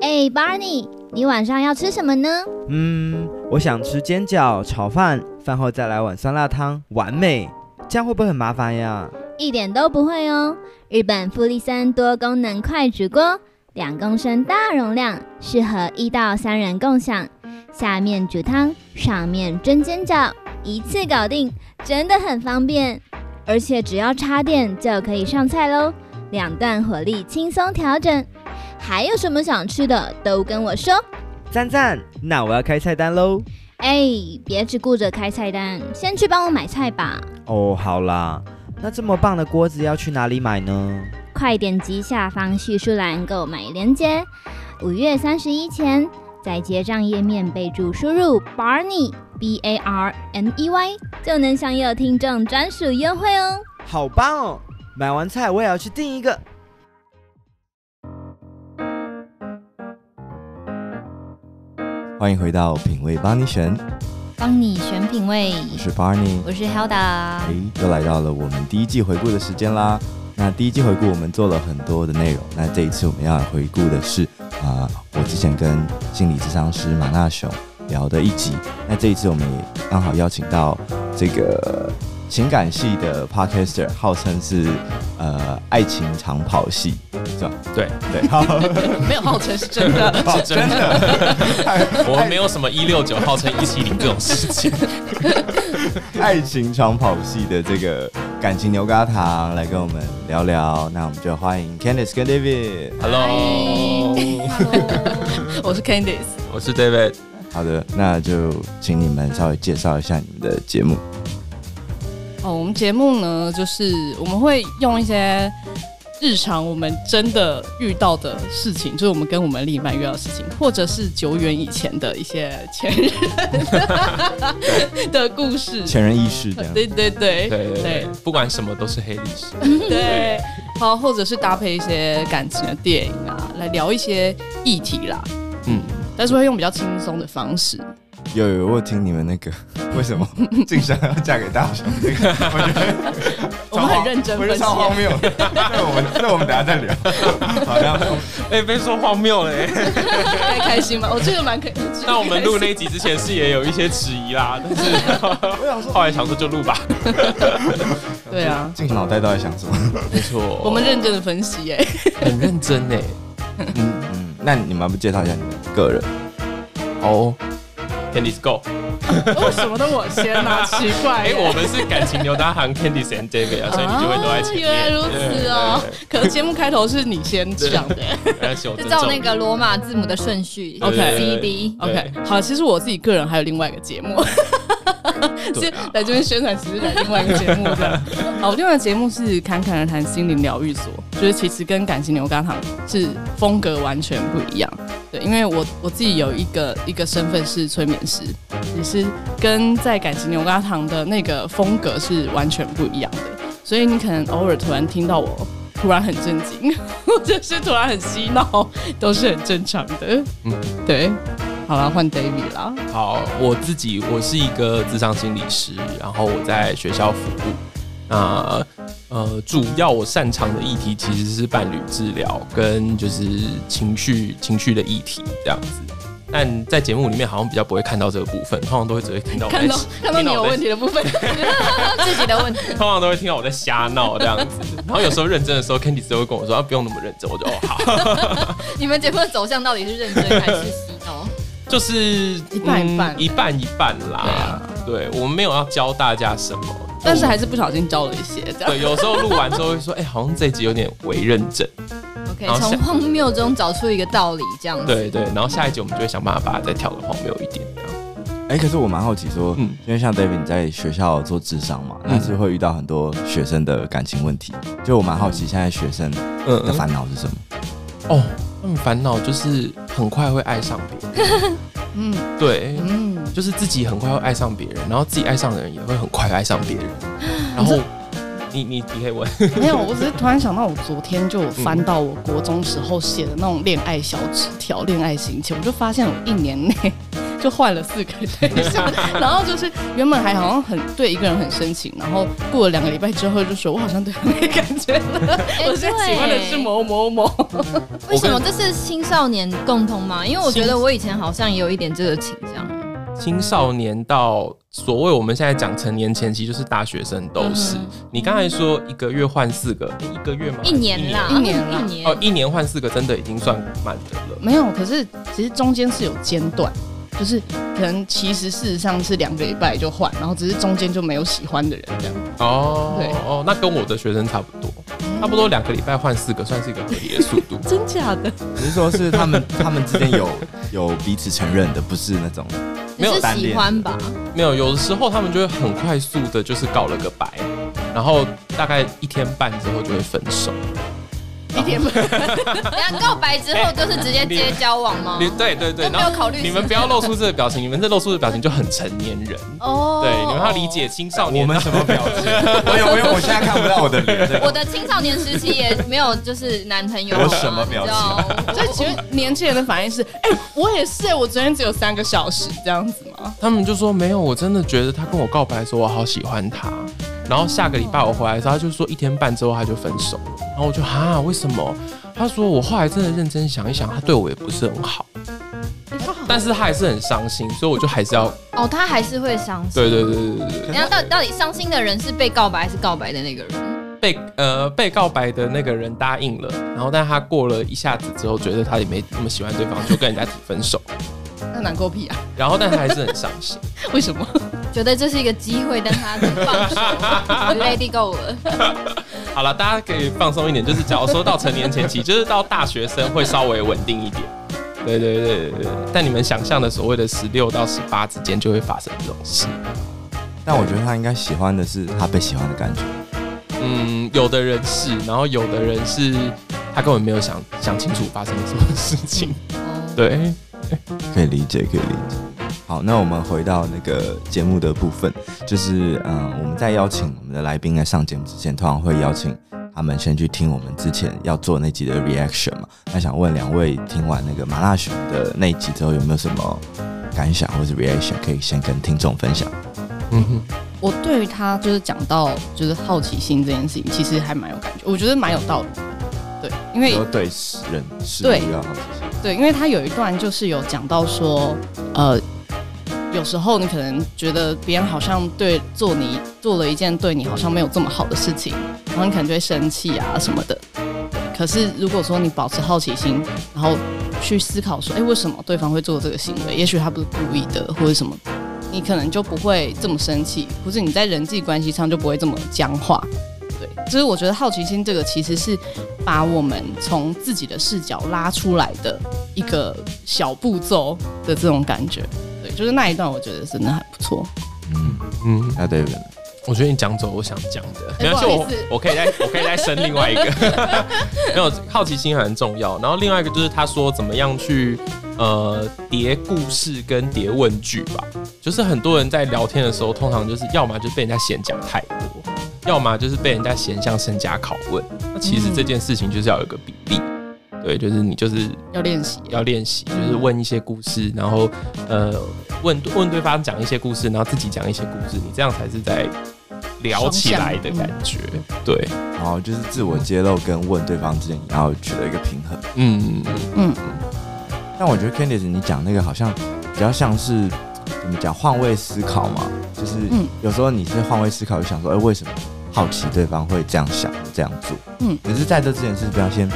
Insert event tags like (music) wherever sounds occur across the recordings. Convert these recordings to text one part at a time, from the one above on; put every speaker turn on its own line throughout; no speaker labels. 哎，Barney，你晚上要吃什么呢？
嗯，我想吃煎饺、炒饭，饭后再来碗酸辣汤，完美。这样会不会很麻烦呀？
一点都不会哦。日本富丽森多功能快煮锅，两公升大容量，适合一到三人共享。下面煮汤，上面蒸煎饺，一次搞定，真的很方便。而且只要插电就可以上菜喽，两段火力轻松调整。还有什么想吃的都跟我说。
赞赞，那我要开菜单喽。
哎，别只顾着开菜单，先去帮我买菜吧。
哦，好啦，那这么棒的锅子要去哪里买呢？
快点击下方叙述栏购买链接。五月三十一前，在结账页面备注输入 Barney B A R N E Y，就能享有听众专属优惠哦。
好棒哦！买完菜我也要去订一个。
欢迎回到品味帮你选，
帮你选品味，
我是 Barney。
我是 Helda
哎。，又来到了我们第一季回顾的时间啦。那第一季回顾我们做了很多的内容，那这一次我们要来回顾的是啊、我之前跟心理咨商师马纳雄聊的一集。那这一次我们也刚好邀请到这个情感系的 podcaster，号称是呃爱情长跑系，是吧？
对
对，好，
没有号称是真的，
是真的，我们没有什么一六九号称一七零这种事情。
爱情长跑系的这个感情牛轧糖来跟我们聊聊。那我们就欢迎 Candice 跟 David。
Hello，
(laughs) 我是 Candice。
我是 David。
好的，那就请你们稍微介绍一下你们的节目。
哦，我们节目呢，就是我们会用一些日常我们真的遇到的事情，就是我们跟我们另一半遇到的事情，或者是久远以前的一些前任的故事。
前人意识这样，
(laughs) 对对
对
对
对对
对，
不管什么都是黑历史。
对，好，或者是搭配一些感情的电影啊，来聊一些议题啦。
嗯，
但是会用比较轻松的方式，
有有，我有听你们那个 (laughs) 为什么静香要嫁给大雄这
(laughs)
个，我觉得
我们很认真
我
分
觉得
析
超。荒谬。那我们那我们等一
(laughs)
下再聊。好，那
哎，被说荒谬了欸。
该开心吗？我这个蛮可。
那我们录那集之前是也有一些迟疑啦，但是
我想说，
后来想说就录吧。
对啊，
静香脑袋到底想什么？
没错，
我们认真的分析耶、
很认真哎。
嗯嗯，那你们要不介绍一下你们个人？
哦，Candice Go。
(laughs) 为什么都我先啊？ (laughs) 奇怪、
哎，我们是感情牛大行 Candice and David 啊，所以你就会都在前面。
原来如此哦
对。
可是节目开头是你先讲的、
对对对而且我
(laughs) 就
尊
照
重
那
你
个罗马字母的顺序
OK
C D。
对
OK，好，其实我自己个人还有另外一个
(laughs)
节目，
对
是
啊
来这边宣传，其实来另外一个节目这
(laughs)
样。好，我另外一个节目是侃侃而谈心灵疗愈所，就是其实跟感情牛轧糖是风格完全不一样。对，因为我我自己有一个一个身份是催眠师，也是跟在感情牛轧糖的那个风格是完全不一样的，所以你可能偶尔突然听到我。突然很震惊， (laughs) 或者是突然很嬉闹，都是很正常的。
嗯
嗯，对。好啦，换 David 啦。
好，我自己我是一个智商心理师，然后我在学校服务。那呃，主要我擅长的议题其实是伴侣治疗跟就是情绪情绪的议题这样子。但在节目里面好像比较不会看到这个部分，通常都会只会听到我在哎
看到看到你有问，
听
题的部分，
自己的问题。
我在通常都会听到我在瞎闹这样
(laughs)
子。然后有时候认真的时候，Candy 只会跟我说啊，不用那么认真，我就哦好，
(laughs) 你们节目的走向到底是认真还是嬉闹？
就是嗯
一半一半
一半一半啦。对，我们没有要教大家什么，
但是还是不小心交了一些这样。
对，有时候录完之后会说，哎、好像这一集有点为认
(laughs)
真，
OK，
然后
从
想
荒谬中找出一个道理，这样子。
对对，然后下一集我们就会想办法把它再调的荒谬一点，这样。
哎，可是我蛮好奇说，
嗯
因为像 David 你在学校做智商嘛，
嗯
那是会遇到很多学生的感情问题，就我蛮好奇现在学生
嗯
的烦恼是什么？
哦，他们烦恼就是很快会爱上别人，
(laughs) 嗯
对，
嗯，
就是自己很快会爱上别人，然后自己爱上的人也会很快爱上
(gasps)
别人，然后你你你可以问，
没有，我只是突然想到，我昨天就有翻到我国中时候写的那种恋爱小纸条、恋爱心情，我就发现我一年内 (laughs) 就换了四个对象，然后就是原本还好像很对一个人很深情，然后过了两个礼拜之后就说，我好像对他没感觉了，
哎
我现在喜欢的是某某某。
对为什么这是青少年共通吗？因为我觉得我以前好像也有一点这个倾向。
青少年到所谓我们现在讲成年前期，就是大学生都哦是。
嗯
你刚才说一个月换四个，欸诶一个月吗？
一年啦，
一年啦
(laughs) 一年
哦，一年换四个真的已经算满的了。
没有，可是其实中间是有间断，就是可能其实事实上是两个礼拜就换，然后只是中间就没有喜欢的人这样。
哦，
对。
哦，那跟我的学生差不多，
嗯
差不多两个礼拜换四个，算是一个合理的速度
(laughs)
真假的？
你是说是他们 (laughs) 他们之间有有彼此承认的，不是那种
只是喜欢吧？
没有，有的时候他们就会很快速的，就是搞了个白，然后大概一天半之后就会分手。
一点不
等一下告白之后就是直接接交往
(laughs)
吗？
你对对对，
都没
然后
有考虑
你们不要露出这个表情，你们这露出的表情就很成年人。
哦
对，你们要理。解青少年。
我们什么表情？我有我有，我现在看不到我的脸。这个
我的青少年时期也没有就是男朋友，啊
我什么表情
(laughs)
情？
所以请问年轻人的反应是，哎、我也是，我昨天只有三个小时这样子吗？
(laughs) 他们就说没有，我真的觉得他跟我告白的时候，我好喜欢他。然后下个礼拜我回来的时候，他就说一天半之后他就分手。然后我就哈，为什么？他说我后来真的认真想一想，他对我也不是很好，但是他还是很伤心，所以我就还是要
哦，他还是会伤心。
对对对对对对
人家到底到底伤心的人是被告白还是告白的那个人？
被呃被告白的那个人答应了，然后但他过了一下子之后，觉得他也没那么喜欢对方，就跟人家提分手。
那难过屁啊！ (laughs)
然后但他还是很伤心。
为什么？
觉得这是一个机会，但他
(laughs)
放手，let it go (laughs) 了。
好了，大家可以放松一点，就是假如说到成年前期，就是到大学生会稍微稳定一点。对对对对对，但你们想象的所谓的十六到十八之间就会发生这种事。
但我觉得他应该喜欢的是他被喜欢的感觉。
嗯，有的人是，然后有的人是他根本没有想想清楚发生了什么事情。对，
可以理解，可以理解。好，那我们回到那个节目的部分，就是嗯，我们在邀请我们的来宾来上节目之前，通常会邀请他们先去听我们之前要做那集的 reaction 嘛。那想问两位，听完那个麻辣熊的那一集之后，有没有什么感想或是 reaction 可以先跟听众分享？
嗯哼，
我对于他就是讲到就是好奇心这件事情，其实还蛮有感觉，我觉得蛮有道理的。对，因为
有对人事
对
物要好奇心
对，因为他有一段就是有讲到说，呃，有时候你可能觉得别人好像对做你做了一件对你好像没有这么好的事情，然后你可能就会生气啊什么的。可是如果说你保持好奇心，然后去思考说，哎，为什么对方会做这个行为？也许他不是故意的，或者什么，你可能就不会这么生气，或是你在人际关系上就不会这么僵化。对，就是我觉得好奇心这个其实是把我们从自己的视角拉出来的一个小步骤的这种感觉。对，就是那一段，我觉得真的还不错。
嗯，
嗯，
那对
我觉得你讲走我想讲的，
哎不好
我
意思
我可以再我可以再生另外一个，没有好奇心很重要。然后另外一个就是他说怎么样去呃叠故事跟叠问句吧，就是很多人在聊天的时候，通常就是要么就是被人家嫌讲太多，要么就是被人家嫌像身家拷问。那其实这
嗯
件事情就是要有一个比例，对，就是你就是
要练习，
要练习，就是问一些故事，然后呃问问对方讲一些故事，然后自己讲一些故事，你这样才是在聊起来的感觉。对，
然后就是自我揭露跟问对方之间，你要取得一个平衡。
嗯，
嗯，
但我觉得 Candice 你讲那个好像比较像是怎么讲换位思考嘛，就是
嗯
有时候你是换位思考，就想说，哎、为什么好奇对方会这样想这样做？
嗯
可是在这之前是不是要先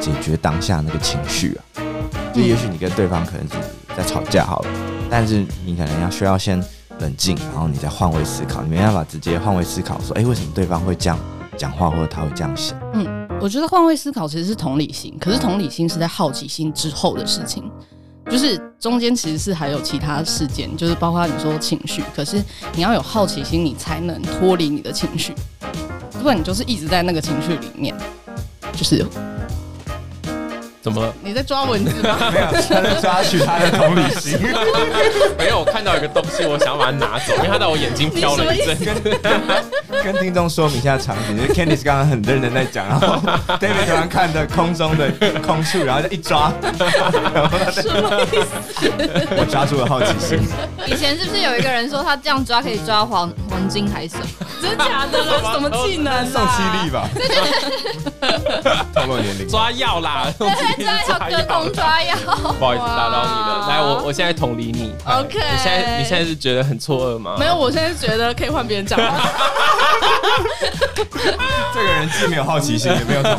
解决当下那个情绪啊？
嗯
就也许你跟对方可能是在吵架好了，但是你可能要需要先冷静，然后你再换位思考，你没办法直接换位思考说，哎、为什么对方会这样讲话，或者他会这样想？
我觉得换位思考其实是同理心，可是同理心是在好奇心之后的事情，就是中间其实是还有其他事件，就是包括你说情绪，可是你要有好奇心，你才能脱离你的情绪，不然你就是一直在那个情绪里面，就是
怎么了？
你在抓蚊子 (laughs) 吗？
(laughs) 没有，他在抓取他的同理 (laughs) 心，
没有，我看到一个东西，我想把它拿走，因为它在我眼睛飘了一阵。
跟听众说明一下场景。就是 Candice 刚刚很认真在讲，然后 David 突然看着空中的空处，然后就一抓，我抓住了好奇心。
以前是不是有一个人说他这样抓可以抓黄黄金海参？
真假
(laughs)
的啦？什么技
(laughs)
能、啊？
宋七力 (laughs) 吧，透露年龄。
抓药啦，我自己是
抓
抓
一条
药
隔空抓药。
不好意思打扰你了。来，我我现在同理你。
OK
你现在你现在是觉得很错愕吗？
没有，我现在觉得可以换别人讲话。
这个人既没有好奇心，也没有同理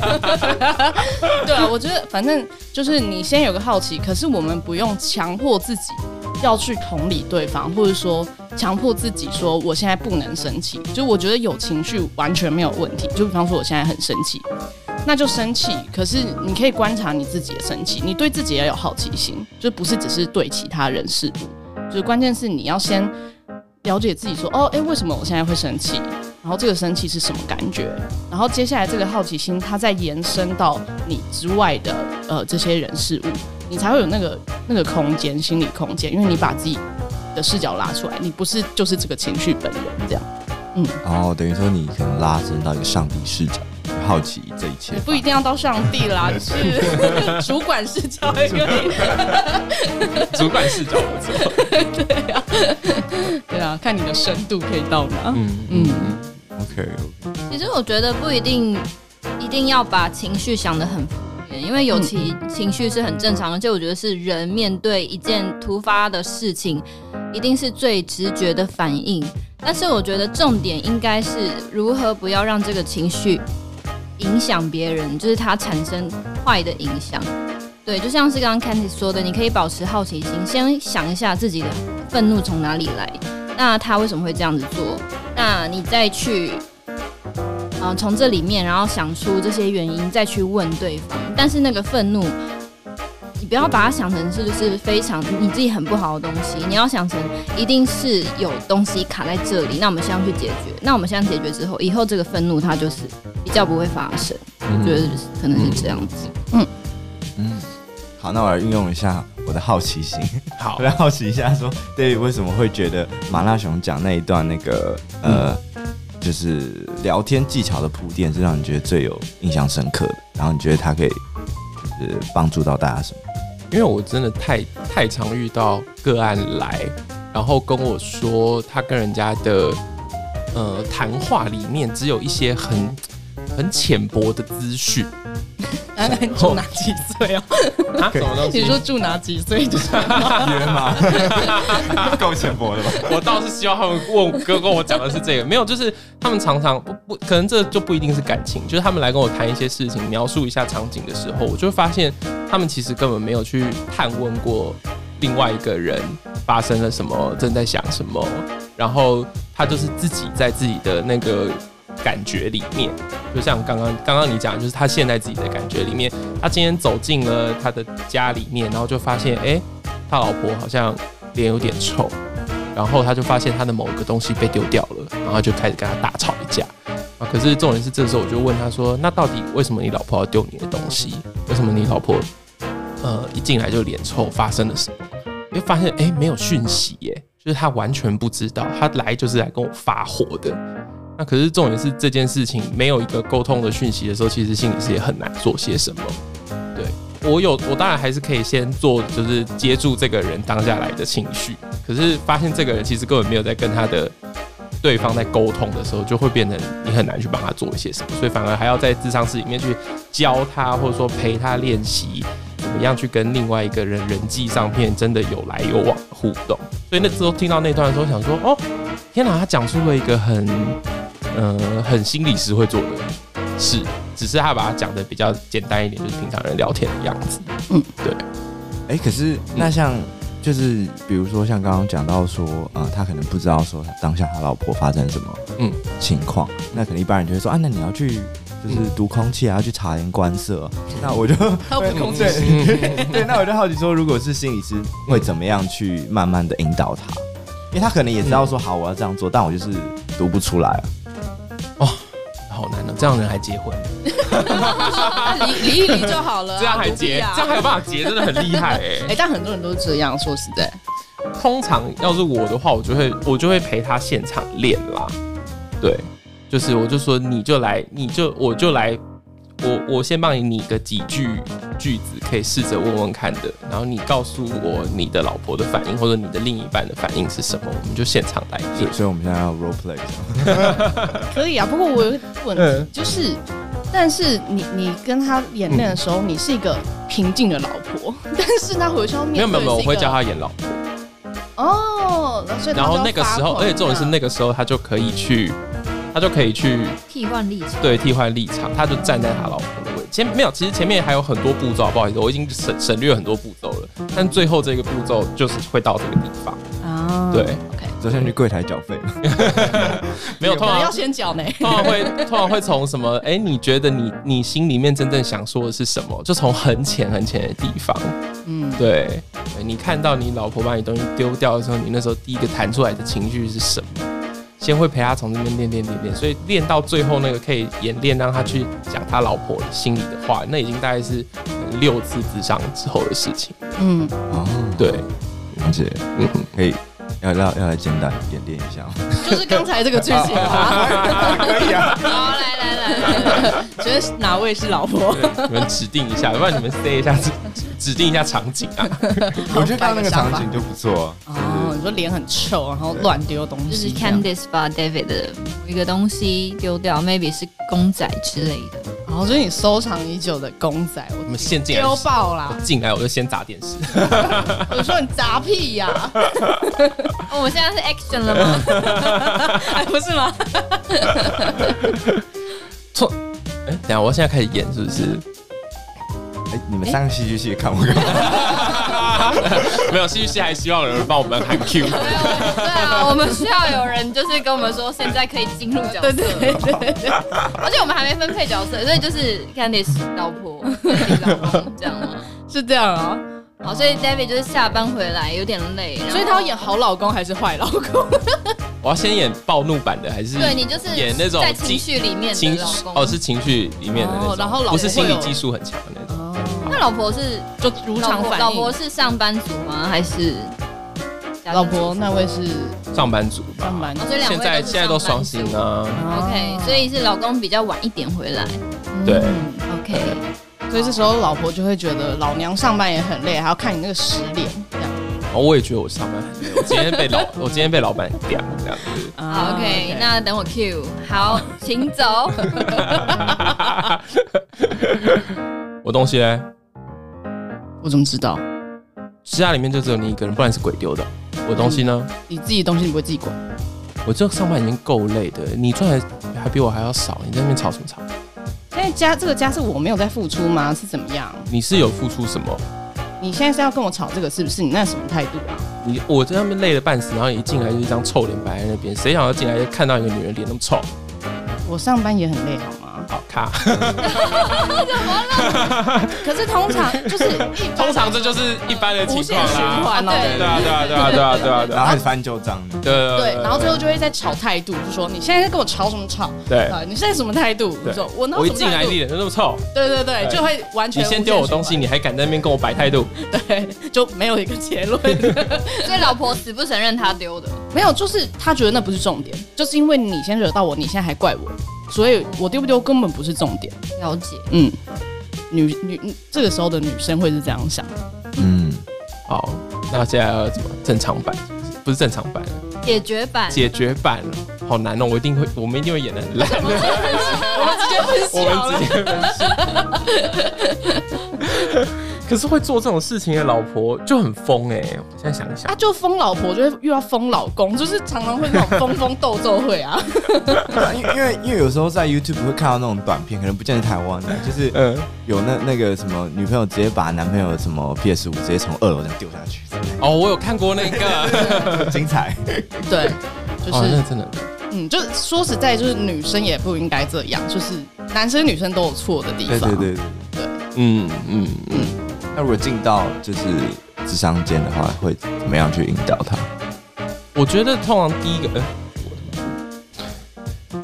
(laughs) 对啊，我觉得反正就是你先有个好奇，可是我们不用强迫自己要去同理对方，或者说强迫自己说我现在不能生气。就我觉得有情绪完全没有问题。就比方说我现在很生气，那就生气。可是你可以观察你自己的生气，你对自己也要有好奇心，就不是只是对其他人事物。就是关键是你要先了解自己说，哦，诶，为什么我现在会生气？然后这个生气是什么感觉？然后接下来这个好奇心，它再延伸到你之外的呃这些人事物，你才会有那个那个空间，心理空间，因为你把自己的视角拉出来，你不是就是这个情绪本人这
(laughs)
样，
然后哦等于说你可能拉伸到一个上帝视角，去好奇这一切
也。不一定要到上帝啦，就是主管视角也可以。
主管视角不错。
对啊，看你的深度可以到哪。
嗯，
嗯，
OK，
其实我觉得不一定一定要把情绪想得很负面，因为有其情绪是很正常的。就我觉得是人面对一件突发的事情，一定是最直觉的反应。但是我觉得重点应该是如何不要让这个情绪影响别人，就是它产生坏的影响。对，就像是刚刚 Candice 说的，你可以保持好奇心，先想一下自己的愤怒从哪里来，那他为什么会这样子做？那你再去嗯，从这里面，然后想出这些原因，再去问对方。但是那个愤怒，你不要把它想成是就是非常你自己很不好的东西，你要想成一定是有东西卡在这里，那我们现在去解决。那我们现在解决之后，以后这个愤怒它就是比较不会发生。我觉得是可能是这样子。
嗯，好，那我来运用一下我的好奇心，
好
我，来好奇一下说 David 为什么会觉得麻辣熊讲那一段那个呃，就是聊天技巧的铺垫是让你觉得最有印象深刻的，然后你觉得它可以就是帮助到大家什么？
因为我真的太太常遇到个案来，然后跟我说他跟人家的呃谈话里面只有一些很很浅薄的资讯
哎那你住哪几
(laughs)
岁哦？
啊，什么东西？
你说住哪几岁？就是
约 (laughs) 吗？够浅薄的吧？
(laughs) 我倒是希望他们问哥跟我讲的是这个，没有，就是他们常常不不，可能这就不一定是感情，就是他们来跟我谈一些事情，描述一下场景的时候，我就会发现他们其实根本没有去探问过另外一个人发生了什么，正在想什么，然后他就是自己在自己的那个。感觉里面，就像刚刚刚刚你讲，就是他现在自己的感觉里面，他今天走进了他的家里面，然后就发现，哎、他老婆好像脸有点臭，然后他就发现他的某一个东西被丢掉了，然后就开始跟他大吵一架。啊，可是重点是这时候我就问他说：“那到底为什么你老婆要丢你的东西？为什么你老婆呃一进来就脸臭？发生了什么？”就发现哎、诶没有讯息耶，就是他完全不知道，他来就是来跟我发火的。那可是重点是这件事情没有一个沟通的讯息的时候，其实心理师也很难做些什么。对我有，我当然还是可以先做，就是接住这个人当下来的情绪。可是发现这个人其实根本没有在跟他的对方在沟通的时候，就会变成你很难去帮他做一些什么，所以反而还要在智商室里面去教他，或者说陪他练习怎么样去跟另外一个人人际上面真的有来有往的互动。所以那时候听到那段的时候，想说哦，天哪，他讲出了一个很呃很心理师会做的事，只是他把它讲的比较简单一点，就是平常人聊天的样子。
哎、可是那像就是比如说像刚刚讲到说，呃，他可能不知道说当下他老婆发生什么
嗯
情况，那可能一般人就会说啊，那你要去就是读空气啊，要去察言观色啊。那我就
他不空气
对对，那我就好奇说，如果是心理师会怎么样去慢慢的引导他？因为他可能也知道说好我要这样做，但我就是读不出来啊。
好难哦，这样的人还结婚，
离离啊一离就好了啊，
这样还
何必
结，
啊
这样还有办法结，真的很厉害哎、
哎、但很多人都是这样，说实在，
通常要是我的话，我就会我就会陪他现场练啦。对，就是我就说你就来，你就我就来，我我先帮你拟个几句句子，可以试着问问看的。然后你告诉我你的老婆的反应或者你的另一半的反应是什么，我们就现场来
所
练
以。所以我们现在要 role play 一下。
可以啊。不过我有一个问题，
嗯
就是，但是你你跟他演练的时候，你是一个平静的老婆，但是他回去要面
没有没有没有，我会叫
教
他演老婆。
哦，然后所以他
然
就
后
要
那个时
发
候，
狂
而且重点是
这样
那个时候他就可以去，他就可以去
替换立场。
对替换立场，他就站在他老婆的位置。前没有，其实前面还有很多步骤，不好意思，我已经省省略很多步骤了。但最后这个步骤就是会到这个地方，
啊
对，
，OK，
就先去柜台缴费，
没有通
可
常
能要先讲呢。 (laughs)
通常会通常会从什么？哎、你觉得你你心里面真正想说的是什么？就从很浅很浅的地方，
嗯，
对，对你看到你老婆把你东西丢掉的时候，你那时候第一个弹出来的情绪是什么？先会陪她从这边练练练练，所以练到最后那个可以演练，让她去讲她老婆心里的话，那已经大概是嗯六次智商之后的事情。
嗯，
哦，
对，
了解，
嗯，
可以要要要来简单演练一下吗，
就是刚才这个剧情啊，
(laughs) 可以啊，
好，来来来来，
觉得哪位是老
(laughs)
婆？
对你们指定一下，不然你们 say 一下指指定一下场景啊。
我觉得刚刚那个场景就不错，
哦，你说脸很臭，然后乱丢东
就
西
是
这样，
Candice 把 David 的一个东西丢掉，maybe 是公仔之类的。
然后哦就是你收藏已久的公仔，
你
我
们陷进啊来
丢
(laughs)
爆啦！
进来，我就先砸电视。
我说你砸屁呀、
(laughs) 哦，我们现在是 action 了吗？哎，不是吗？
哎、等一下我现在开始演是不是？
哎，你们三个戏剧系看过干 (laughs) 嘛？
(laughs) 没有，戏剧系还希望有人帮我们喊 Q。
对啊，我们需要有人就是跟我们说现在可以进入角色，
对对对对，
而且我们还没分配角色，所以就是 Candice 老婆，David 老公这样吗？
是这样啊。
好，所以 David 就是下班回来有点累，然后
所以他要演好老公还是坏老公？
我要先演暴怒版的，还是
对你就是
演那种
在情绪里面
情
的
绪
老公
哦，是情绪里面的那种，
哦然后老
不是
婆
心
会
理
有
技术很强的那种。
那老婆是
就如
老
常
婆
反
哦老
应
婆。是上班族吗？还是家庭
老婆那位是
上班族吧，
上班哦
哦，所以两位
现在
是
现在都双
上班族
薪啊，
OK，所以是老公比较晚一点回来。
对
嗯
OK，
所以这时候老婆就会觉得老娘上班也很累，还要看你那个十脸这样。
哦，我也觉得我上班很累，我今天被老我今天被老板屌这样子， (laughs)
啊
好 OK，那等我 Q。好，请走。
我东西嘞，
我怎么知道？
家里面就只有你一个人，不然是鬼丢的。我东西呢，
你自己东西你不会自己管？
我这上班已经够累的，你赚的还比我还要少，你在那边吵什么吵？
现在家这个家是我没有在付出吗？是怎么样？
你是有付出什么？
你现在是要跟我吵这个是不是？你那什么态度啊？
你我在那边累得半死，然后你一进来就一张臭脸摆在那边，谁想要进来就看到一个女人脸那么臭？
我上班也很累好吗？
好咔。
可是通
(laughs)
常就是一
通常这就是一般的情
无
况
限循
啦。
环哦、
啊
对啊，对啊，对啊，对啊，对啊，对
然
啊
后你翻旧账，
对啊，
对，然后最
就
后就会在吵态度，就说你现在在跟我吵什么吵？
对，
啊，你现在什么态度？
对
我说我哪有
我一
什么
进来
态度
你？脸就那么臭，
对对对，
对
就会完全
你先丢我东西，
无
你还敢在那边跟我摆态度？
限循环对，就没有一个结论。
所以老婆死不承认他丢的。
(laughs) 没有，就是他觉得那不是重点，就是因为你先惹到我，你现在还怪我，所以我丢不丢根本不是重点。
了解，
嗯，女女这个时候的女生会是这样想，
嗯，
好，那现在要怎么正常版？不是正常版，
解决版。
解决版，好难哦！我一定会，我们一定会演的很烂。
我们直接分
我
析好
们
了
直。接分析。可是会做这种事情的老婆就很疯哎、我现在想一想
啊，，就疯老婆就会又要疯老公，就是常常会那种疯疯斗斗会啊。
因为因为因为有时候在 YouTube 会看到那种短片，可能不见得台湾的，就是
嗯，
有那那个什么女朋友直接把男朋友的什么 PS 五直接从二楼这样丢下 (laughs) 去，
哦，我有看过那个，
很精彩。
(laughs) 对，
(laughs)
就
哦，
是、
那真的，
嗯，就是说实在，就是女生也不应该这样，就是男生女生都有错的地
对
方。
对 (laughs) 对对。
嗯嗯嗯，
那如果进到就是智商间的话，会怎么样去引导他？
我觉得通常第一个，呃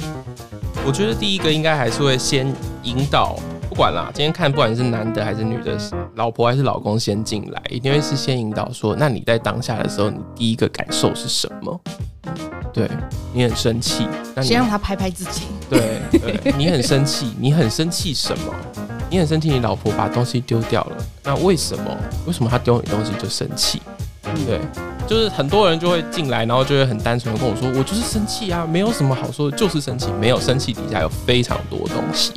我觉得第一个应该还是会先引导，不管啦，今天看不管是男的还是女的，老婆还是老公先进来，一定会是先引导说，那你在当下的时候，你第一个感受是什么？对你很生气，那你
先让他拍拍自己，
对对，你很生气，你很生气什么？你很生气，你老婆把东西丢掉了，那为什么？为什么她丢你东西就生气？对，就是很多人就会进来，然后就会很单纯的跟我说，我就是生气啊，没有什么好说的，就是生气。没有生气底下有非常多东西，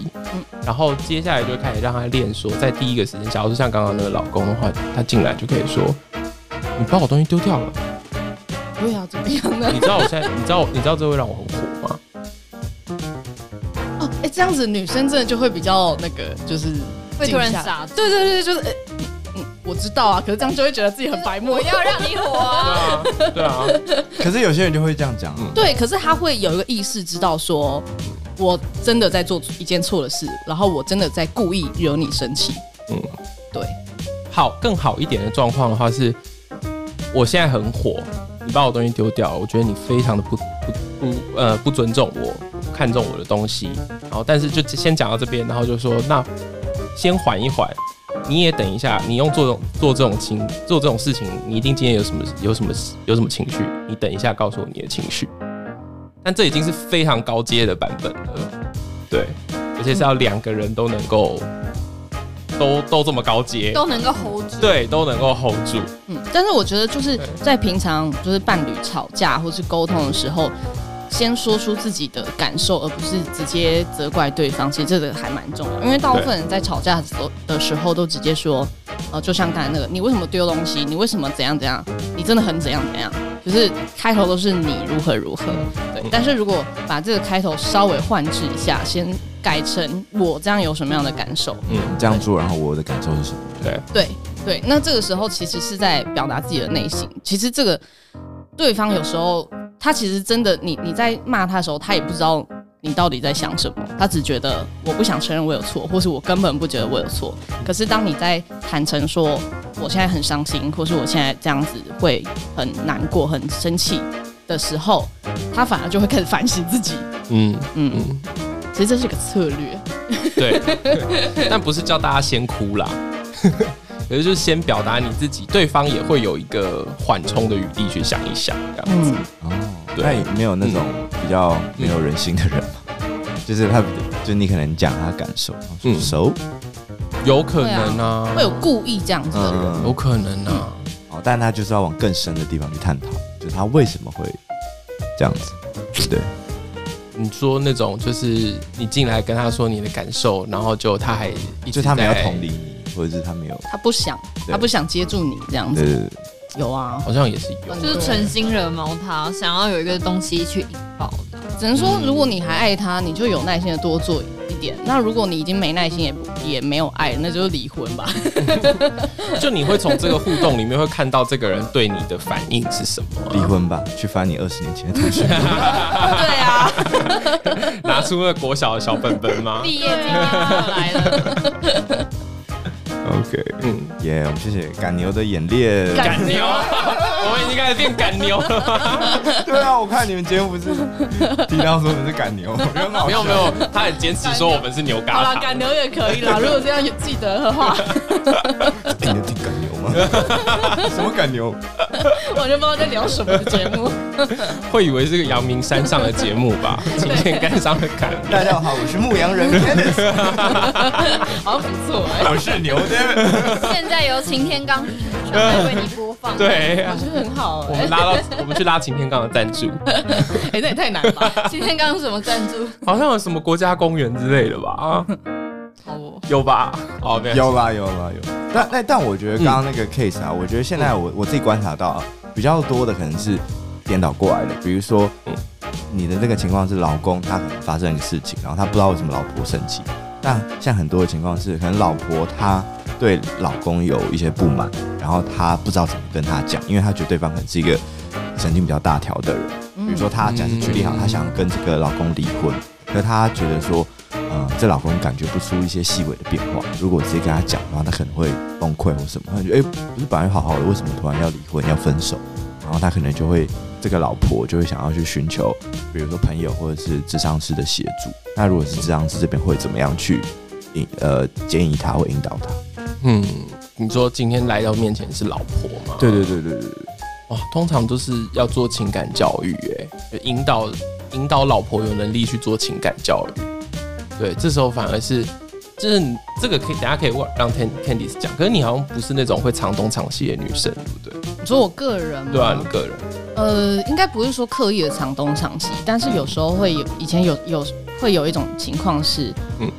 然后接下来就开始让他练说，在第一个时间，假如说像刚刚那个老公的话，他进来就可以说，你把我东西丢掉了，
不要啊怎么样呢？
你知道我现在，你知道我，你知道这会让我很火吗？
哦，哎、这样子女生真的就会比较那个，就是
会突然
静下来
傻住，
对对对，就是、欸嗯，我知道啊，可是这样就会觉得自己很白目
我。要让你火
对
啊！
啊，对啊，
可是有些人就会这样讲，啊
嗯
(laughs) 对，可是他会有一个意识，知道说我真的在做一件错的事，然后我真的在故意惹你生气。
嗯，
对，
好，更好一点的状况的话是，我现在很火，你把我东西丢掉，我觉得你非常的不不不呃不尊重我，不看重我的东西。然后，但是就先讲到这边，然后就说那先缓一缓，你也等一下，你用做这种做这种情做这种事情，你一定今天有什么有什么有什么情绪，你等一下告诉我你的情绪。但这已经是非常高阶的版本了，对，而且是要两个人都能够都都这么高阶，
都能够 hold 住。
对，都能够 hold 住。
嗯，但是我觉得就是
对
在平常就是伴侣吵架或是沟通的时候，先说出自己的感受，而不是直接责怪对方。其实这个还蛮重要，因为大部分人在吵架的时候的时候都直接说，呃，就像刚才那个，你为什么丢东西？你为什么怎样怎样？你真的很怎样怎样？就是开头都是你如何如何，对
嗯。
但是如果把这个开头稍微换置一下，先改成我这样有什么样的感受？
嗯，
你这样做，然后我的感受是什么？
对，
对对，那这个时候其实是在表达自己的内心。其实这个对方有时候他其实真的，你你在骂他的时候，他也不知道你到底在想什么，他只觉得我不想承认我有错，或是我根本不觉得我有错。可是当你在坦诚说我现在很伤心，或是我现在这样子会很难过、很生气的时候，他反而就会开始反省自己。
嗯
嗯，
嗯，
其实这是个策略。
对。 (laughs) 但不是叫大家先哭啦， (laughs) 也就是先表达你自己，对方也会有一个缓冲的余地去想一想，这样子。
嗯，
哦，
对
那也没有那种比较没有人性的人嘛，就是他，就你可能讲他感受，
嗯
嗯，熟，
有可能啊，
会有故意这样子的人。
有
嗯，
可能啊。
哦，但他就是要往更深的地方去探讨，就是他为什么会这样子，对不对？
你说那种就是你进来跟他说你的感受，然后就他还一直
就他没有
在
同理，你，或者是他没有，
他不想，
对
他不想接住你这样
对
子。
对对，
有啊，
好像也是有。
就是诚心惹毛他，想要有一个东西去引爆他。
只能说如果你还爱他，你就有耐心的多做一点。那如果你已经没耐心也不也没有爱，那就是离婚吧。
就你会从这个互动里面会看到这个人对你的反应是什么啊、
离婚吧，去翻你二十年前的同 (laughs) 学，
对啊，
(laughs) 拿出那国小的小本本
(laughs)
吗？
毕业季要来了，
OK，
嗯，
耶、我们谢谢赶牛的演练。
赶牛， (laughs) 我们已经开始变赶牛了。
对啊，我看你们节目不 (laughs) 是提到说你是赶牛，
没
没
有没有，他很坚持说我们是牛
好
轧
啦，
糖。
赶牛也可以啦。如果这样也记得的话， (laughs)
你有听赶牛 (laughs) 吗？什么赶牛？
我就不知道在聊什么的节目。 (laughs)
会以为是个阳明山上的节目吧？晴天干上的
(laughs)
干，
大家好，我是牧羊人 Dennis，
好像不错哎、
(laughs) 我是牛 David。
现在由晴天刚准备为你播放。
对，
我觉得很好
我
哎、
们拉到我们去拉晴天刚的赞助，
哎、那也太难了吧。
晴天刚有什么赞助？
好像有什么国家公园之类的吧？
(laughs)
啊，
好哦，
有吧？哦，没有，
有啦有啦有。但那但我觉得刚刚那个 case 啊，我觉得现在我我自己观察到啊，比较多的可能是颠倒过来的，比如说
嗯
你的那个情况是老公他可能发生一个事情，然后他不知道为什么老婆生气。那像很多的情况是，可能老婆她对老公有一些不满，然后她不知道怎么跟他讲，因为她觉得对方可能是一个神经比较大条的人。
嗯
比如说她假设举例好，她想要跟这个老公离婚，可她觉得说，呃，这老公感觉不出一些细微的变化。如果直接跟她讲的话，她可能会崩溃或什么。她觉得，哎、不是本来好好的，为什么突然要离婚要分手？然后她可能就会这这个老婆就会想要去寻求，比如说朋友或者是智商师的协助。那如果是智商师这边会怎么样去引呃建议他或引导他？
嗯，你说今天来到面前是老婆吗？
对对对对对，
哇，哦通常都是要做情感教育、欸，哎，引导引导老婆有能力去做情感教育。对，这时候反而是，就是你这个可以，大家可以问让 Can- Candice 讲。可是你好像不是那种会藏东藏西的女生，对不对？
你说我个人吗
对啊，你个人，
呃，应该不是说刻意的藏东藏西，但是有时候会有，以前有有会有一种情况是，
嗯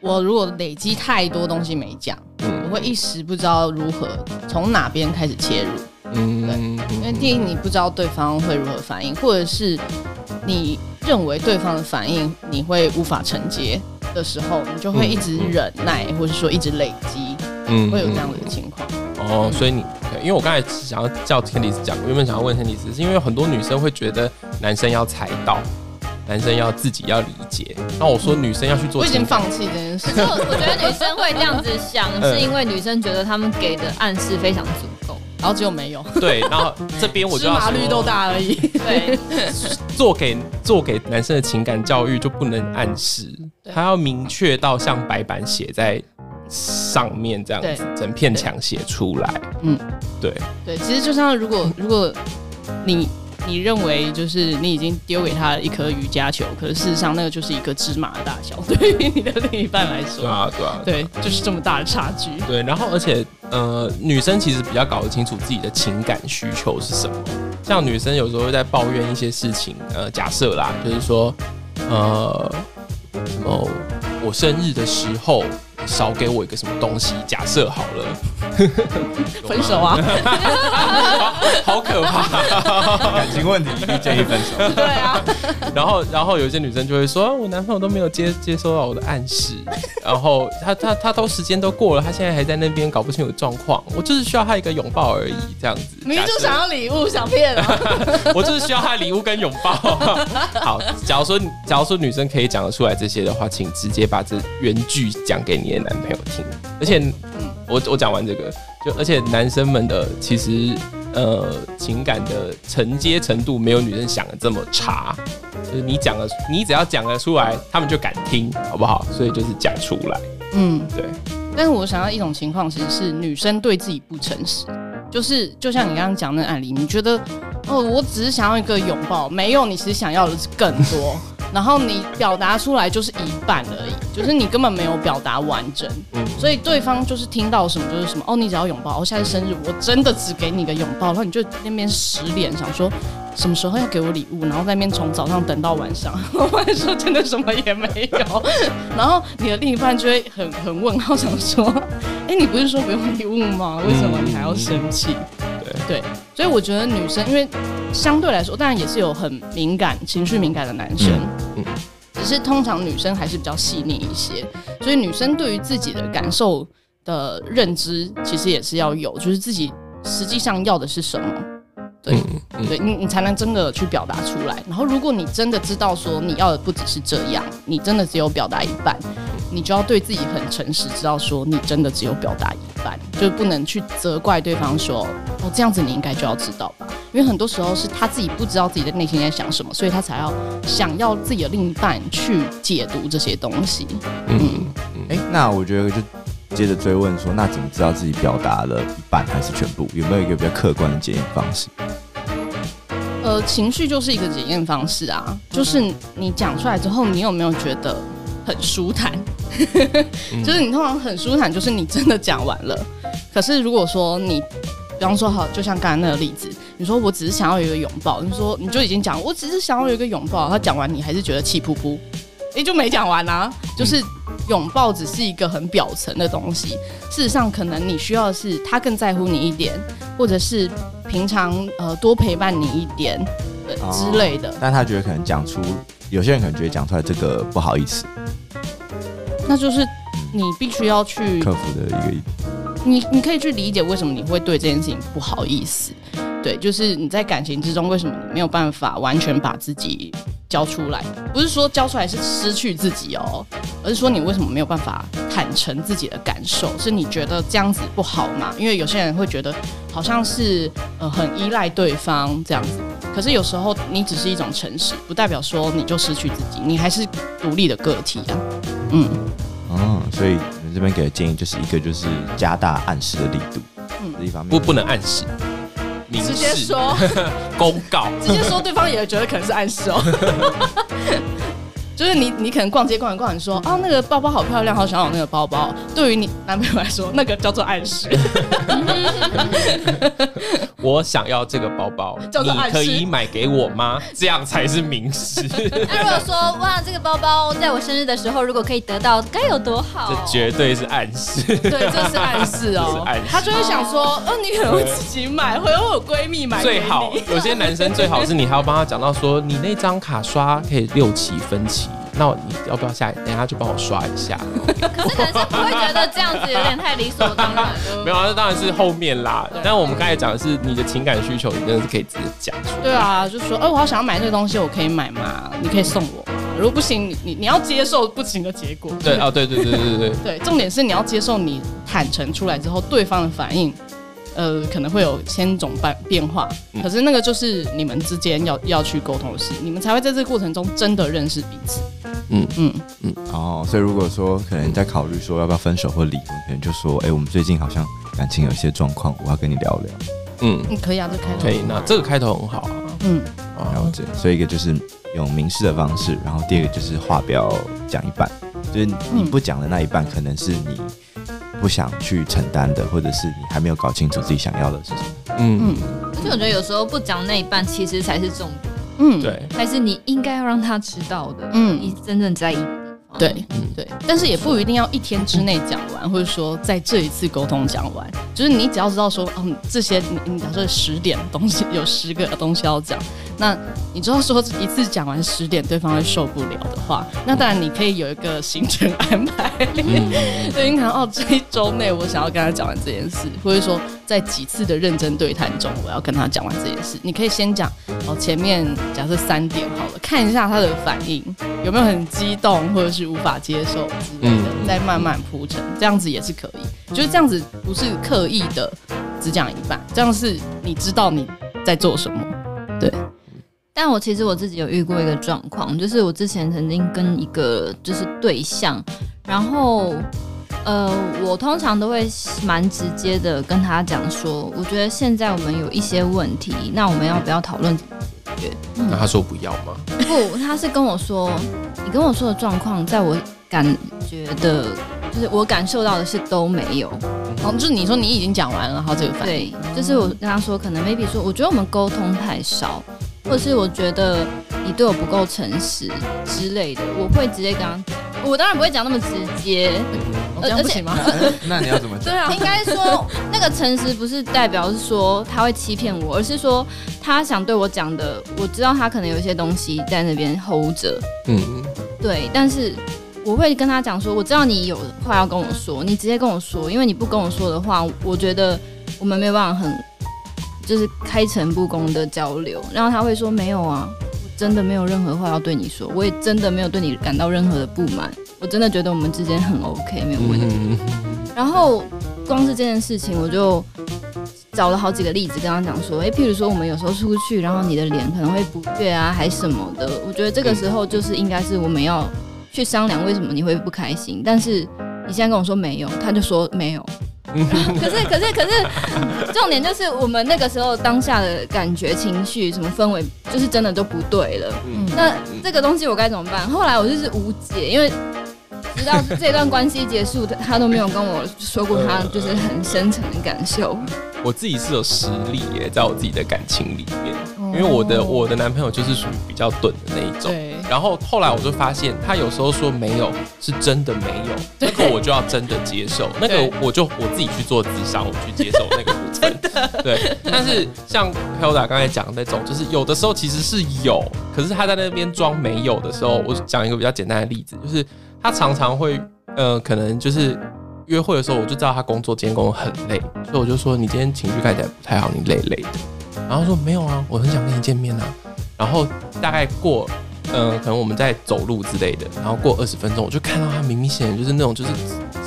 我如果累积太多东西没讲，我
嗯
会一时不知道如何从哪边开始切入，
嗯，
因为第一你不知道对方会如何反应，或者是你认为对方的反应你会无法承接的时候，你就会一直忍耐，或者说一直累积，
嗯
会有这样的情况。
哦，所以你对因为我刚才想要叫 Candice 讲，我原本想要问 Candice，是因为很多女生会觉得男生要猜到，男生要自己要理解。那我说女生要去做
我已
情
经
感，
放弃这件事
可，是我我觉得女生会这样子想，
嗯
是因为女生觉得他们给的暗示非常足够。
然后结果没有，
对，然后这边 (laughs) 我就
芝
要
麻
说
绿豆大而
(laughs)
已。
对，
做给做给男生的情感教育就不能暗示，
对
他要明确到像白板写在上面这样子，整片墙写出来。
嗯
嗯，对，
对，其实就像如果如果你你认为就是你已经丢给他一颗瑜伽球，可是事实上那个就是一个芝麻的大小，对于你的另一半来
对
说，
啊，对啊，
对，就是这么大的差距。
对，然后而且呃，女生其实比较搞得清楚自己的情感需求是什么。像女生有时候会在抱怨一些事情，呃，假设啦，就是说，呃，什么我生日的时候少给我一个什么东西，假设好了， (laughs)
分手啊，
(laughs) 好可怕。
感情问题一定建议分手。
对 (laughs) 啊，
然后，然后有一些女生就会说，啊我男朋友都没有接接收到我的暗示，然后他他他都时间都过了，他现在还在那边搞不清楚状况，我就是需要他一个拥抱而已，这样子。
明明就
假设
想要礼物，想骗啊。
(laughs) 我就是需要他的礼物跟拥抱。 (laughs) 好，假如说假如说女生可以讲得出来这些的话，请直接把这原句讲给你的男朋友听。而且，
嗯
我我讲完这个，就而且男生们的其实呃情感的承接程度没有女生想的这么差，就是你讲了，你只要讲得出来，他们就敢听，好不好？所以就是讲出来，
嗯，
对。
但是我想要一种情况，其实是女生对自己不诚实，就是就像你刚刚讲的那个案例，你觉得哦，我只是想要一个拥抱，没有，你其实想要的是更多，然后你表达出来就是一半而已，就是你根本没有表达完整，
嗯
所以对方就是听到什么就是什么。哦，你只要拥抱，哦，下次生日我真的只给你一个拥抱，然后你就那边使脸想说什么时候要给我礼物，然后在那边从早上等到晚上， (laughs) 我跟你说真的什么也没有，然后你的另一半就会很很问号，想说，哎、你不是说不用礼物吗？为什么你还要生气？对对，所以我觉得女生因为相对来说，当然也是有很敏感、情绪敏感的男生，
嗯嗯
只是通常女生还是比较细腻一些，所以女生对于自己的感受的认知，其实也是要有，就是自己实际上要的是什么，对
嗯嗯
对你你才能真的去表达出来。然后，如果你真的知道说你要的不只是这样，你真的只有表达一半，你就要对自己很诚实，知道说你真的只有表达一半，就不能去责怪对方说哦这样子你应该就要知道吧，因为很多时候是他自己不知道自己的内心在想什么，所以他才要想要自己的另一半去解读这些东西。
嗯
哎、那我觉得就接着追问说，那怎么知道自己表达了一半还是全部？有没有一个比较客观的检验方式？
呃，情绪就是一个检验方式啊，就是你讲出来之后，你有没有觉得很舒坦？就是你通常很舒坦，就是你真的讲完了。可是如果说你，比方说好，就像刚才那个例子，你说我只是想要有一个拥抱，你说你就已经讲我只是想要有一个拥抱，他讲完你还是觉得气噗噗，你就没讲完啦、就是拥抱只是一个很表层的东西，事实上可能你需要的是他更在乎你一点，或者是平常呃多陪伴你一点，呃、
哦
之类的。
但他觉得可能讲出，有些人可能觉得讲出来这个不好意思，
那就是你必须要去
克服的一个
你你可以去理解为什么你会对这件事情不好意思，对，就是你在感情之中，为什么你没有办法完全把自己交出来？不是说交出来是失去自己哦，而是说你为什么没有办法坦诚自己的感受？是你觉得这样子不好吗？因为有些人会觉得好像是呃很依赖对方这样子，可是有时候你只是一种诚实，不代表说你就失去自己，你还是独立的个体啊。嗯，
哦，所以你们这边给的建议就是一个就是加大暗示的力度，
嗯
这一方面
不不能暗示，明
直接
示
说。
公告。
直接说对方也觉得可能是暗示哦。 (laughs) 就是你，你可能逛街逛一逛，你说啊那个包包好漂亮，好想要有那个包包。对于你男朋友来说，那个叫做
(laughs)
暗示。
我想要这个包包，
叫做暗
你
示
可以买给我吗？这样才是明示， (laughs) 这
那如果说哇，这个包包在我生日的时候，如果可以得到，该有多好！啊
绝对是暗示。
对，这是暗示
这
哦
是暗示。哦
他就会想说，嗯、你可能会自己买，或者我闺蜜买给
最
你
好 (laughs) 有些男生最好是你还要帮他讲到说，你那张卡刷可以六期分期，那你要不要下？等一下就帮我刷一 (laughs) 下。
可是男生不会觉得这样子有点太理所当然了。
没有啊，那当然是后面啦
对。
但我们刚才讲的是你的情感需求，你真的是可以直接讲出来。
对啊，就说，哎、我好想要买这个东西，我可以买吗？你可以送我吗？如果不行，你你你要接受不行的结果。
对啊，对对对对对对。
对，重点是你要接受你坦诚出来之后，对方的反应，呃，可能会有千种变变化。
嗯
可是那个就是你们之间要要去沟通的事，你们才会在这个过程中真的认识彼此。
(laughs) 嗯
嗯，
哦，所以如果说可能在考虑说要不要分手或离婚，可能就说，哎、我们最近好像感情有一些状况，我要跟你聊聊，
嗯，
嗯可以啊，这开头
可以。那这个开头很好啊。
嗯，
了
啊，
解。所以一个就是用明示的方式，然后第二个就是话不要讲一半，就是你
嗯
不讲的那一半，可能是你不想去承担的，或者是你还没有搞清楚自己想要的是什么。
嗯，
(laughs) 而且我觉得有时候不讲那一半，其实才是重点，
嗯，
对，
才是你应该要让他知道的。
嗯
你真正在意的地方。
对
嗯
对，但是也不一定要一天之内讲完，或者说在这一次沟通讲完，就是你只要知道说，嗯，这些你你假设十点东西有十个东西要讲，那你知道说一次讲完十点对方会受不了的话，那当然你可以有一个行程安排，
嗯 (laughs)
对，你可能哦这一周内我想要跟他讲完这件事，或者说在几次的认真对谈中我要跟他讲完这件事，你可以先讲哦前面假设三点好了，看一下他的反应，有没有很激动或者是无法接受之类的，
嗯
再慢慢铺陈，这样子也是可以。就是这样子，不是刻意的只讲一半，这样是你知道你在做什么。
但我其实我自己有遇过一个状况，就是我之前曾经跟一个就是对象，然后呃，我通常都会蛮直接的跟他讲说，我觉得现在我们有一些问题，那我们要不要讨论？
那他说不要吗？
不，他是跟我说，你跟我说的状况，在我感觉的，就是我感受到的是都没有。
哦，就是你说你已经讲完了，然后这个反应，
对，就是我跟他说，可能 maybe 说，我觉得我们沟通太少，或者是我觉得你对我不够诚实之类的，我会直接跟他讲。我当然不会讲那么直接，
哦这样不
(laughs)
行吗？
(laughs) 那你要怎么讲？
啊应该说那个诚实不是代表是说他会欺骗我，而是说他想对我讲的，我知道他可能有一些东西在那边 hold 着，
嗯，
对，但是我会跟他讲说，我知道你有话要跟我说，你直接跟我说，因为你不跟我说的话，我觉得我们没有办法很就是开诚布公的交流。然后他会说没有啊，我真的没有任何话要对你说，我也真的没有对你感到任何的不满，我真的觉得我们之间很 OK，没有问题。
嗯，
然后光是这件事情，我就找了好几个例子跟他讲说，诶，譬如说我们有时候出去，然后你的脸可能会不悦啊，还什么的。我觉得这个时候就是应该是我们要去商量为什么你会不开心，但是。你现在跟我说没有，他就说没有。可是可是可是，重点就是我们那个时候当下的感觉、情绪、什么氛围，就是真的都不对了。
嗯
那这个东西我该怎么办？后来我就是无解，因为直到这段关系结束，他他都没有跟我说过他就是很深层的感受。
我自己是有实力耶，在我自己的感情里面，因为我
哦
的我的男朋友就是属于比较钝的那一种。
对，
然后后来我就发现，他有时候说没有是真的没有，那个我就要真的接受，那个我就我自己去做智商，我去接受那个部分。 (laughs) 对，但是像 Hilda 刚才讲的那种，就是有的时候其实是有，可是他在那边装没有的时候，我讲一个比较简单的例子，就是他常常会，呃，可能就是约会的时候，我就知道他工作今天工作很累，所以我就说你今天情绪看起来不太好，你累累的。然然后说没有啊，我很想跟你见面啊。然后大概过，嗯、可能我们在走路之类的，然后过二十分钟，我就看到他明显就是那种就是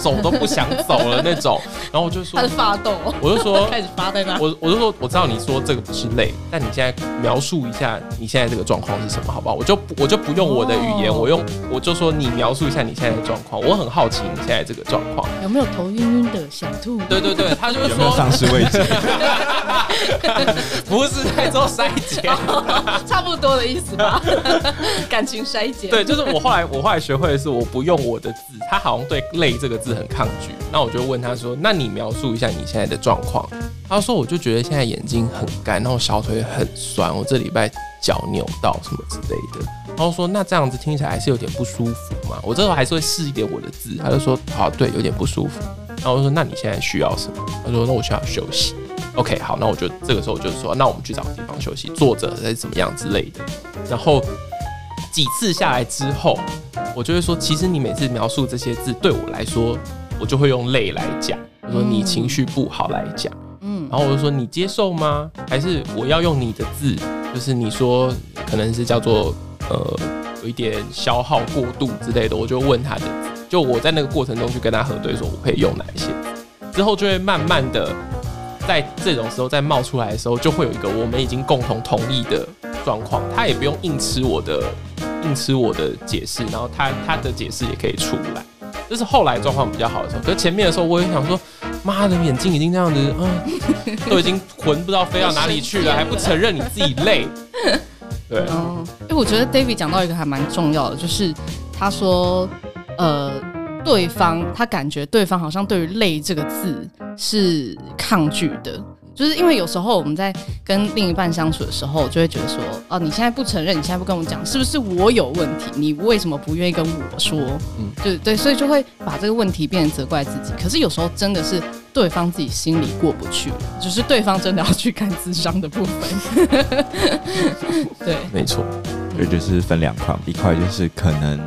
走都不想走了那种，然后我就说
他在，发抖，
我就说，
开始发在那。
(laughs) 我我就说，我知道你说这个不是累，但你现在描述一下你现在这个状况是什么，好不好？我就不我就不用我的语言，
哦
我用我就说你描述一下你现在的状况，我很好奇你现在这个状况。
有没有头晕晕的想吐？
对对对，他就是
有没有
说
丧失位置？
(laughs) 不是在做筛检，
(laughs) 差不多的意思吧， (laughs) 感情衰竭。
对，就是我后来我后来学会的是我不用我的字，他好像对累这个字很抗拒。那我就问他说，那你描述一下你现在的状况。他说我就觉得现在眼睛很干，然后小腿很酸，我这礼拜脚扭到什么之类的。然后说那这样子听起来还是有点不舒服嘛。我这时候还是会试一点我的字，他就说好，对，有点不舒服。然后我就说那你现在需要什么？他说那我需要休息。OK，好，那我就这个时候我就说，那我们去找个地方休息，坐着还是怎么样之类的。然后几次下来之后，我就会说，其实你每次描述这些字对我来说，我就会用泪来讲，我说你情绪不好来讲，
嗯，
然后我就说你接受吗？还是我要用你的字，就是你说可能是叫做呃有一点消耗过度之类的，我就问他的字，就我在那个过程中去跟他核对，说我可以用哪一些字，之后就会慢慢的。在这种时候再冒出来的时候，就会有一个我们已经共同同意的状况，他也不用硬吃我的硬吃我的解释，然后他他的解释也可以出来。这是后来状况比较好的时候，可是前面的时候我也想说，妈的，眼睛已经这样子，嗯，都已经魂不知道飞到哪里去了，还不承认你自己累。对，
嗯
哦，因为我觉得 David 讲到一个还蛮重要的，就是他说，呃，对方他感觉对方好像对于“累”这个字是抗拒的，就是因为有时候我们在跟另一半相处的时候，就会觉得说，哦，你现在不承认，你现在不跟我讲，是不是我有问题？你为什么不愿意跟我说？嗯
嗯，
对对，所以就会把这个问题变成责怪自己。可是有时候真的是对方自己心里过不去，只、是对方真的要去看智商的部分。对，
没错，
所以就是分两块，一块就是可能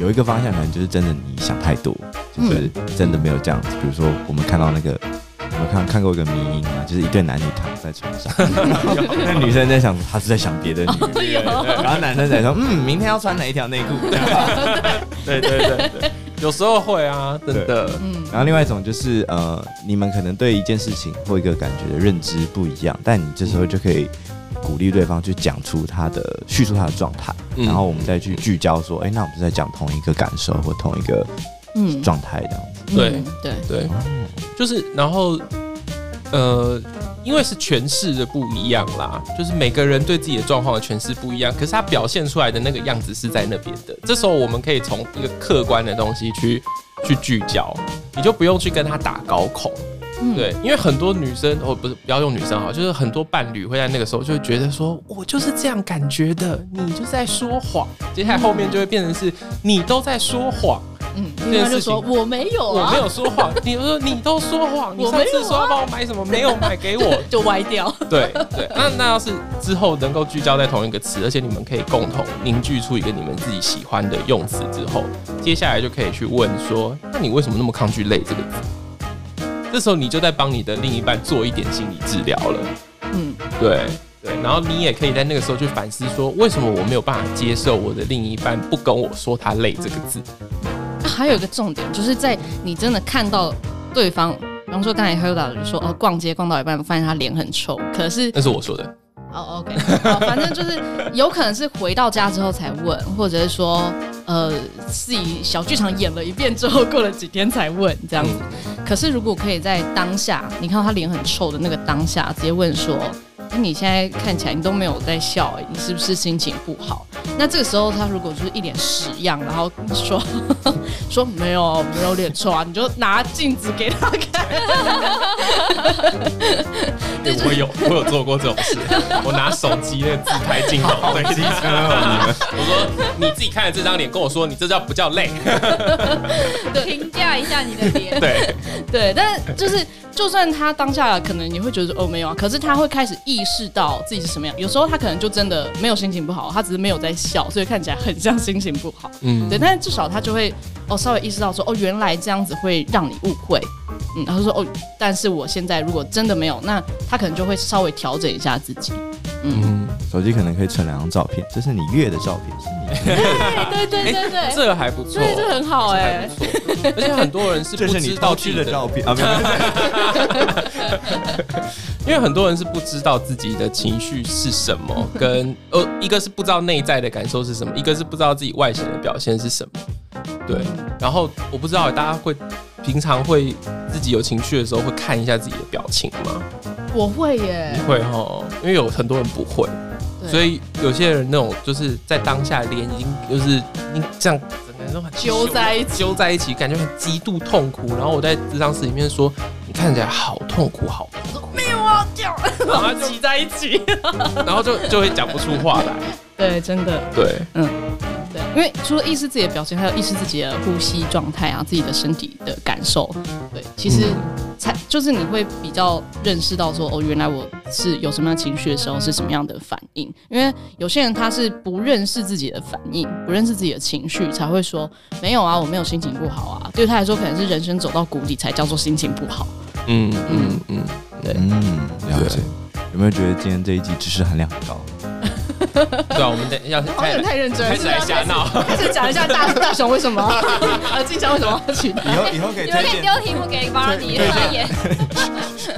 有一个方向，可能就是真的你想太多，就是真的没有这样子。比如说我们看到那个，我们看看过一个迷因嘛，就是一对男女躺在床上，那女生在想她是在想别的女人，然后男生在说嗯，明天要穿哪一条内裤。这样
对对对对，有时候会啊，真的，
嗯。
然后另外一种就是呃，你们可能对一件事情或一个感觉的认知不一样，但你这时候就可以鼓励对方去讲出他的叙述他的状态，
嗯
然后我们再去聚焦说，哎、那我们是在讲同一个感受或同一个
嗯
状态这样子。
对
嗯对，
对，就是然后呃，因为是诠释的不一样啦，就是每个人对自己的状况的诠释不一样，可是他表现出来的那个样子是在那边的。这时候我们可以从一个客观的东西去去聚焦，你就不用去跟他打高空。
嗯
对，因为很多女生哦，不是不要用女生好，就是很多伴侣会在那个时候就会觉得说，我就是这样感觉的，你就是在说谎。接下来后面就会变成是你都在说谎，
嗯，
这
另
件
外就
事情
说我没有
我
啊，
没有说谎，你说你都说谎，你
我
上
没有
次
啊
说要帮我买什么，没有买给我，
(laughs) 就歪掉。
对对，那那要是之后能够聚焦在同一个词，而且你们可以共同凝聚出一个你们自己喜欢的用词之后，接下来就可以去问说，那你为什么那么抗拒“累”这个字？这时候你就在帮你的另一半做一点心理治疗了，
嗯，
对对，然后你也可以在那个时候去反思说，为什么我没有办法接受我的另一半不跟我说他“累”这个字？
还有一个重点就是在你真的看到对方，比方说刚才 Hilda 就说哦，逛街逛到一半发现他脸很臭，可是
那是我说的，
哦 OK，哦反正就是有可能是回到家之后才问，或者是说呃自己小剧场演了一遍之后，过了几天才问这样子。可是如果可以在当下，你看到他脸很臭的那个当下，直接问说：“哎，你现在看起来你都没有在笑、哎，你是不是心情不好？”那这个时候他如果就是一脸屎样，然后说 (laughs) 说没有没有脸臭啊，你就拿镜子给他看。
欸我有我有做过这种 (laughs) 事，我拿手机那个自拍镜头对机车，我说你自己看了这张脸，跟我说你这叫不叫累？
评价一下你的脸，
对，
对，但就是就算他当下可能你会觉得说哦没有啊，可是他会开始意识到自己是什么样。有时候他可能就真的没有心情不好，他只是没有在笑，所以看起来很像心情不好。
嗯
对，但是至少他就会哦稍微意识到说哦原来这样子会让你误会，
嗯，然后说哦，但是我现在如果真的没有，那他可能就会稍微调整一下自己。嗯，
嗯，
手机可能可以存两张照片，这是你月的照片，是你
(laughs)
哎对对对对对，
哎这个还不错，
对这很好哎、
这还不错而且很多人是不知道自己的
片啊，没
(laughs)
有，
因为很多人是不知道自己的情绪是什么，跟呃，一个是不知道内在的感受是什么，一个是不知道自己外显的表现是什么。对，然后我不知道大家会平常会自己有情绪的时候会看一下自己的表情吗？
我会耶
不，会哈，因为有很多人不会，
对啊
所以有些人那种就是在当下脸已经就是已经这样整个人都很
揪在一起
揪在一起，感觉很极度痛苦。然后我在智商室里面说，你看起来好痛苦，好痛苦，
没有啊，这样
(laughs) 然后
(laughs) 挤在一起。
就 (laughs) 然后就就会讲不出话
(laughs)
来。
对，真的。
对，
对，因为除了意识自己的表情，还有意识自己的呼吸状态啊，自己的身体的感受。对，其
嗯
实才就是你会比较认识到说，哦，原来我是有什么样情绪的时候是什么样的反应。因为有些人他是不认识自己的反应，不认识自己的情绪，才会说没有啊，我没有心情不好啊。对他来说，可能是人生走到谷底才叫做心情不好。
嗯嗯嗯，
嗯，了解。有没有觉得今天这一集知识含
(laughs)
量很高？
对啊，我们等一下
好像有点太认真了，
开始来瞎闹，
(laughs) 开始讲一下大大雄为什 (laughs) 么呃，静香为什么要取代
以后以后可以
你
推
们可以
荐，
丢题目给 Barney 发言，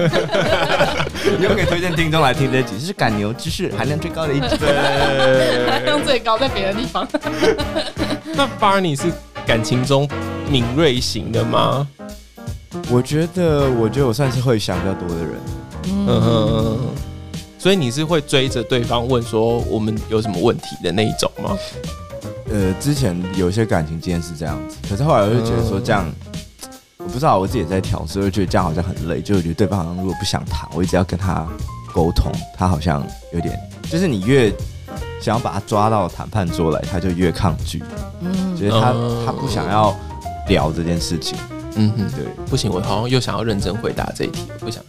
以后可以推荐听众来听这一集，是赶牛知识含量最高
(laughs)
的一集。 (laughs)
含量最高在别的地方？
那 Barney 是感情中敏锐型的吗？
我觉得，我觉得我算是会想比较多的人。
嗯哼，所以你是会追着对方问说我们有什么问题的那一种吗？
呃，之前有一些感情经验是这样子，可是后来我就觉得说这样，我不知道我自己也在调试，我就觉得这样好像很累，就我觉得对方好像如果不想谈，我一直要跟他沟通，他好像有点，就是你越想要把他抓到谈判桌来，他就越抗拒，
嗯
觉得他、
嗯
他不想要聊这件事情，
嗯哼，
对。
不行，我好像又想要认真回答这一题，不想，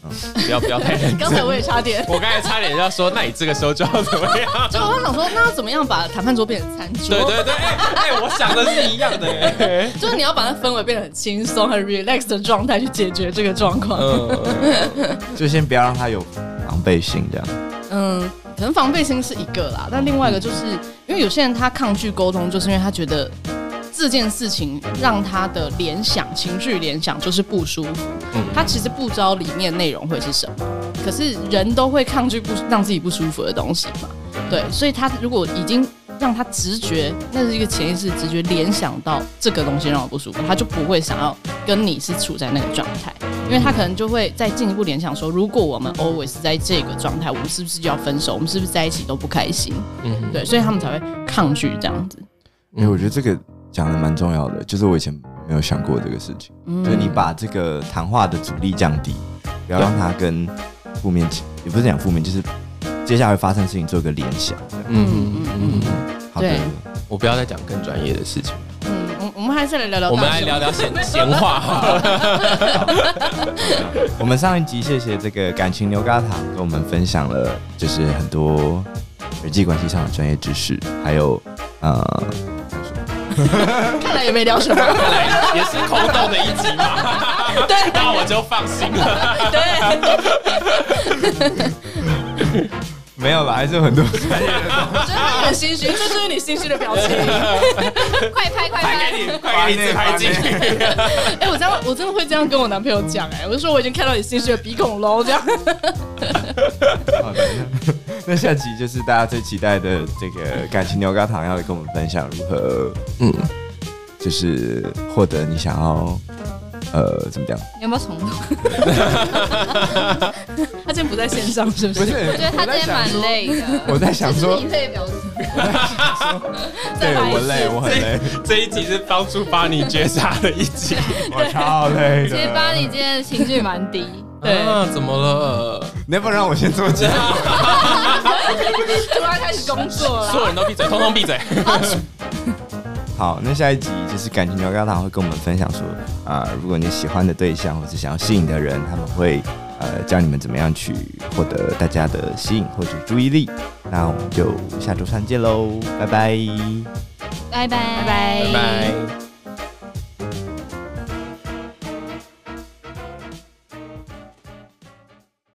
不要不要太认真
(laughs) 刚。才我也差 (laughs) 点，
我刚才差点要说，那你这个时候就要怎么样？
就我刚想说，那要怎么样把谈判桌变成餐
(laughs)
桌？
对对对，哎、哎我想的是一样的、 (laughs) 哎
就是你要把那氛围变得很轻松、很 relax 的状态去解决这个状况。
嗯，
就先不要让他有防备心，这样。
嗯，可能防备心是一个啦，但另外一个就是因为有些人他抗拒沟通，就是因为他觉得这件事情让他的联想、情绪联想就是不舒服。
嗯
他其实不知道里面内容会是什么，可是人都会抗拒不让自己不舒服的东西嘛。对，所以他如果已经让他直觉，那是一个潜意识直觉联想到这个东西让我不舒服，他就不会想要跟你是处在那个状态，因为他可能就会再进一步联想说，如果我们
嗯
always 在这个状态，我们是不是就要分手？我们是不是在一起都不开心？
嗯，
对，所以他们才会抗拒这样子。
因为哎我觉得
嗯
这个讲的蛮重要的，就是我以前没有想过这个事情，
嗯
就是你把这个谈话的阻力降低，不要让它跟负面情，也不是讲负面，就是接下来会发生的事情做个联想。这样
嗯嗯嗯，
好的
对，
我不要再讲更专业的事情，
嗯，我我们还是来聊聊大
我
雄，
们来聊聊闲闲话好 (laughs) 了。
我们上一集谢谢这个感情牛轧糖跟我们分享了，就是很多人际关系上的专业知识，还有呃，
看来也没聊什么。
看来也是空洞的一集嘛，
对
那我就放心了。
对，
没有啦，还是有很多
我觉得他很心虚，这就是你心虚的
(laughs)
表情。 (laughs)
快拍快
拍
拍！
给你，快给你自拍进去。
哎、我这样我真的会这样跟我男朋友讲，哎，我就说我已经看到你心虚的鼻孔喽，这样。
好的， (laughs) 那下集就是大家最期待的这个感情牛轧糖，要跟我们分享如何，嗯
嗯，
就是获得你想要，呃，怎么讲？
你有没有重录？
他今天不在线上，是不
不
是？
是，
我觉得他
我
今
在
天
想
蛮
说，
累的。
我在想说
这是，你累的表情，
(laughs) 对我累，我很 (laughs) 累，
这一集是帮助把你绝杀的一集。
我超累
其实巴
的，
黎今天的情绪蛮低，
对
啊，怎么了？
能不能让我先做结论？
突然开始工作
所有
了。
人都闭嘴，通通闭嘴。
好，那下一集就是感情牛轧糖会跟我们分享说，啊、如果你喜欢的对象或是想要吸引的人，他们会呃教你们怎么样去获得大家的吸引或者注意力。那我们就下周三见喽，拜拜。
拜拜拜
拜拜。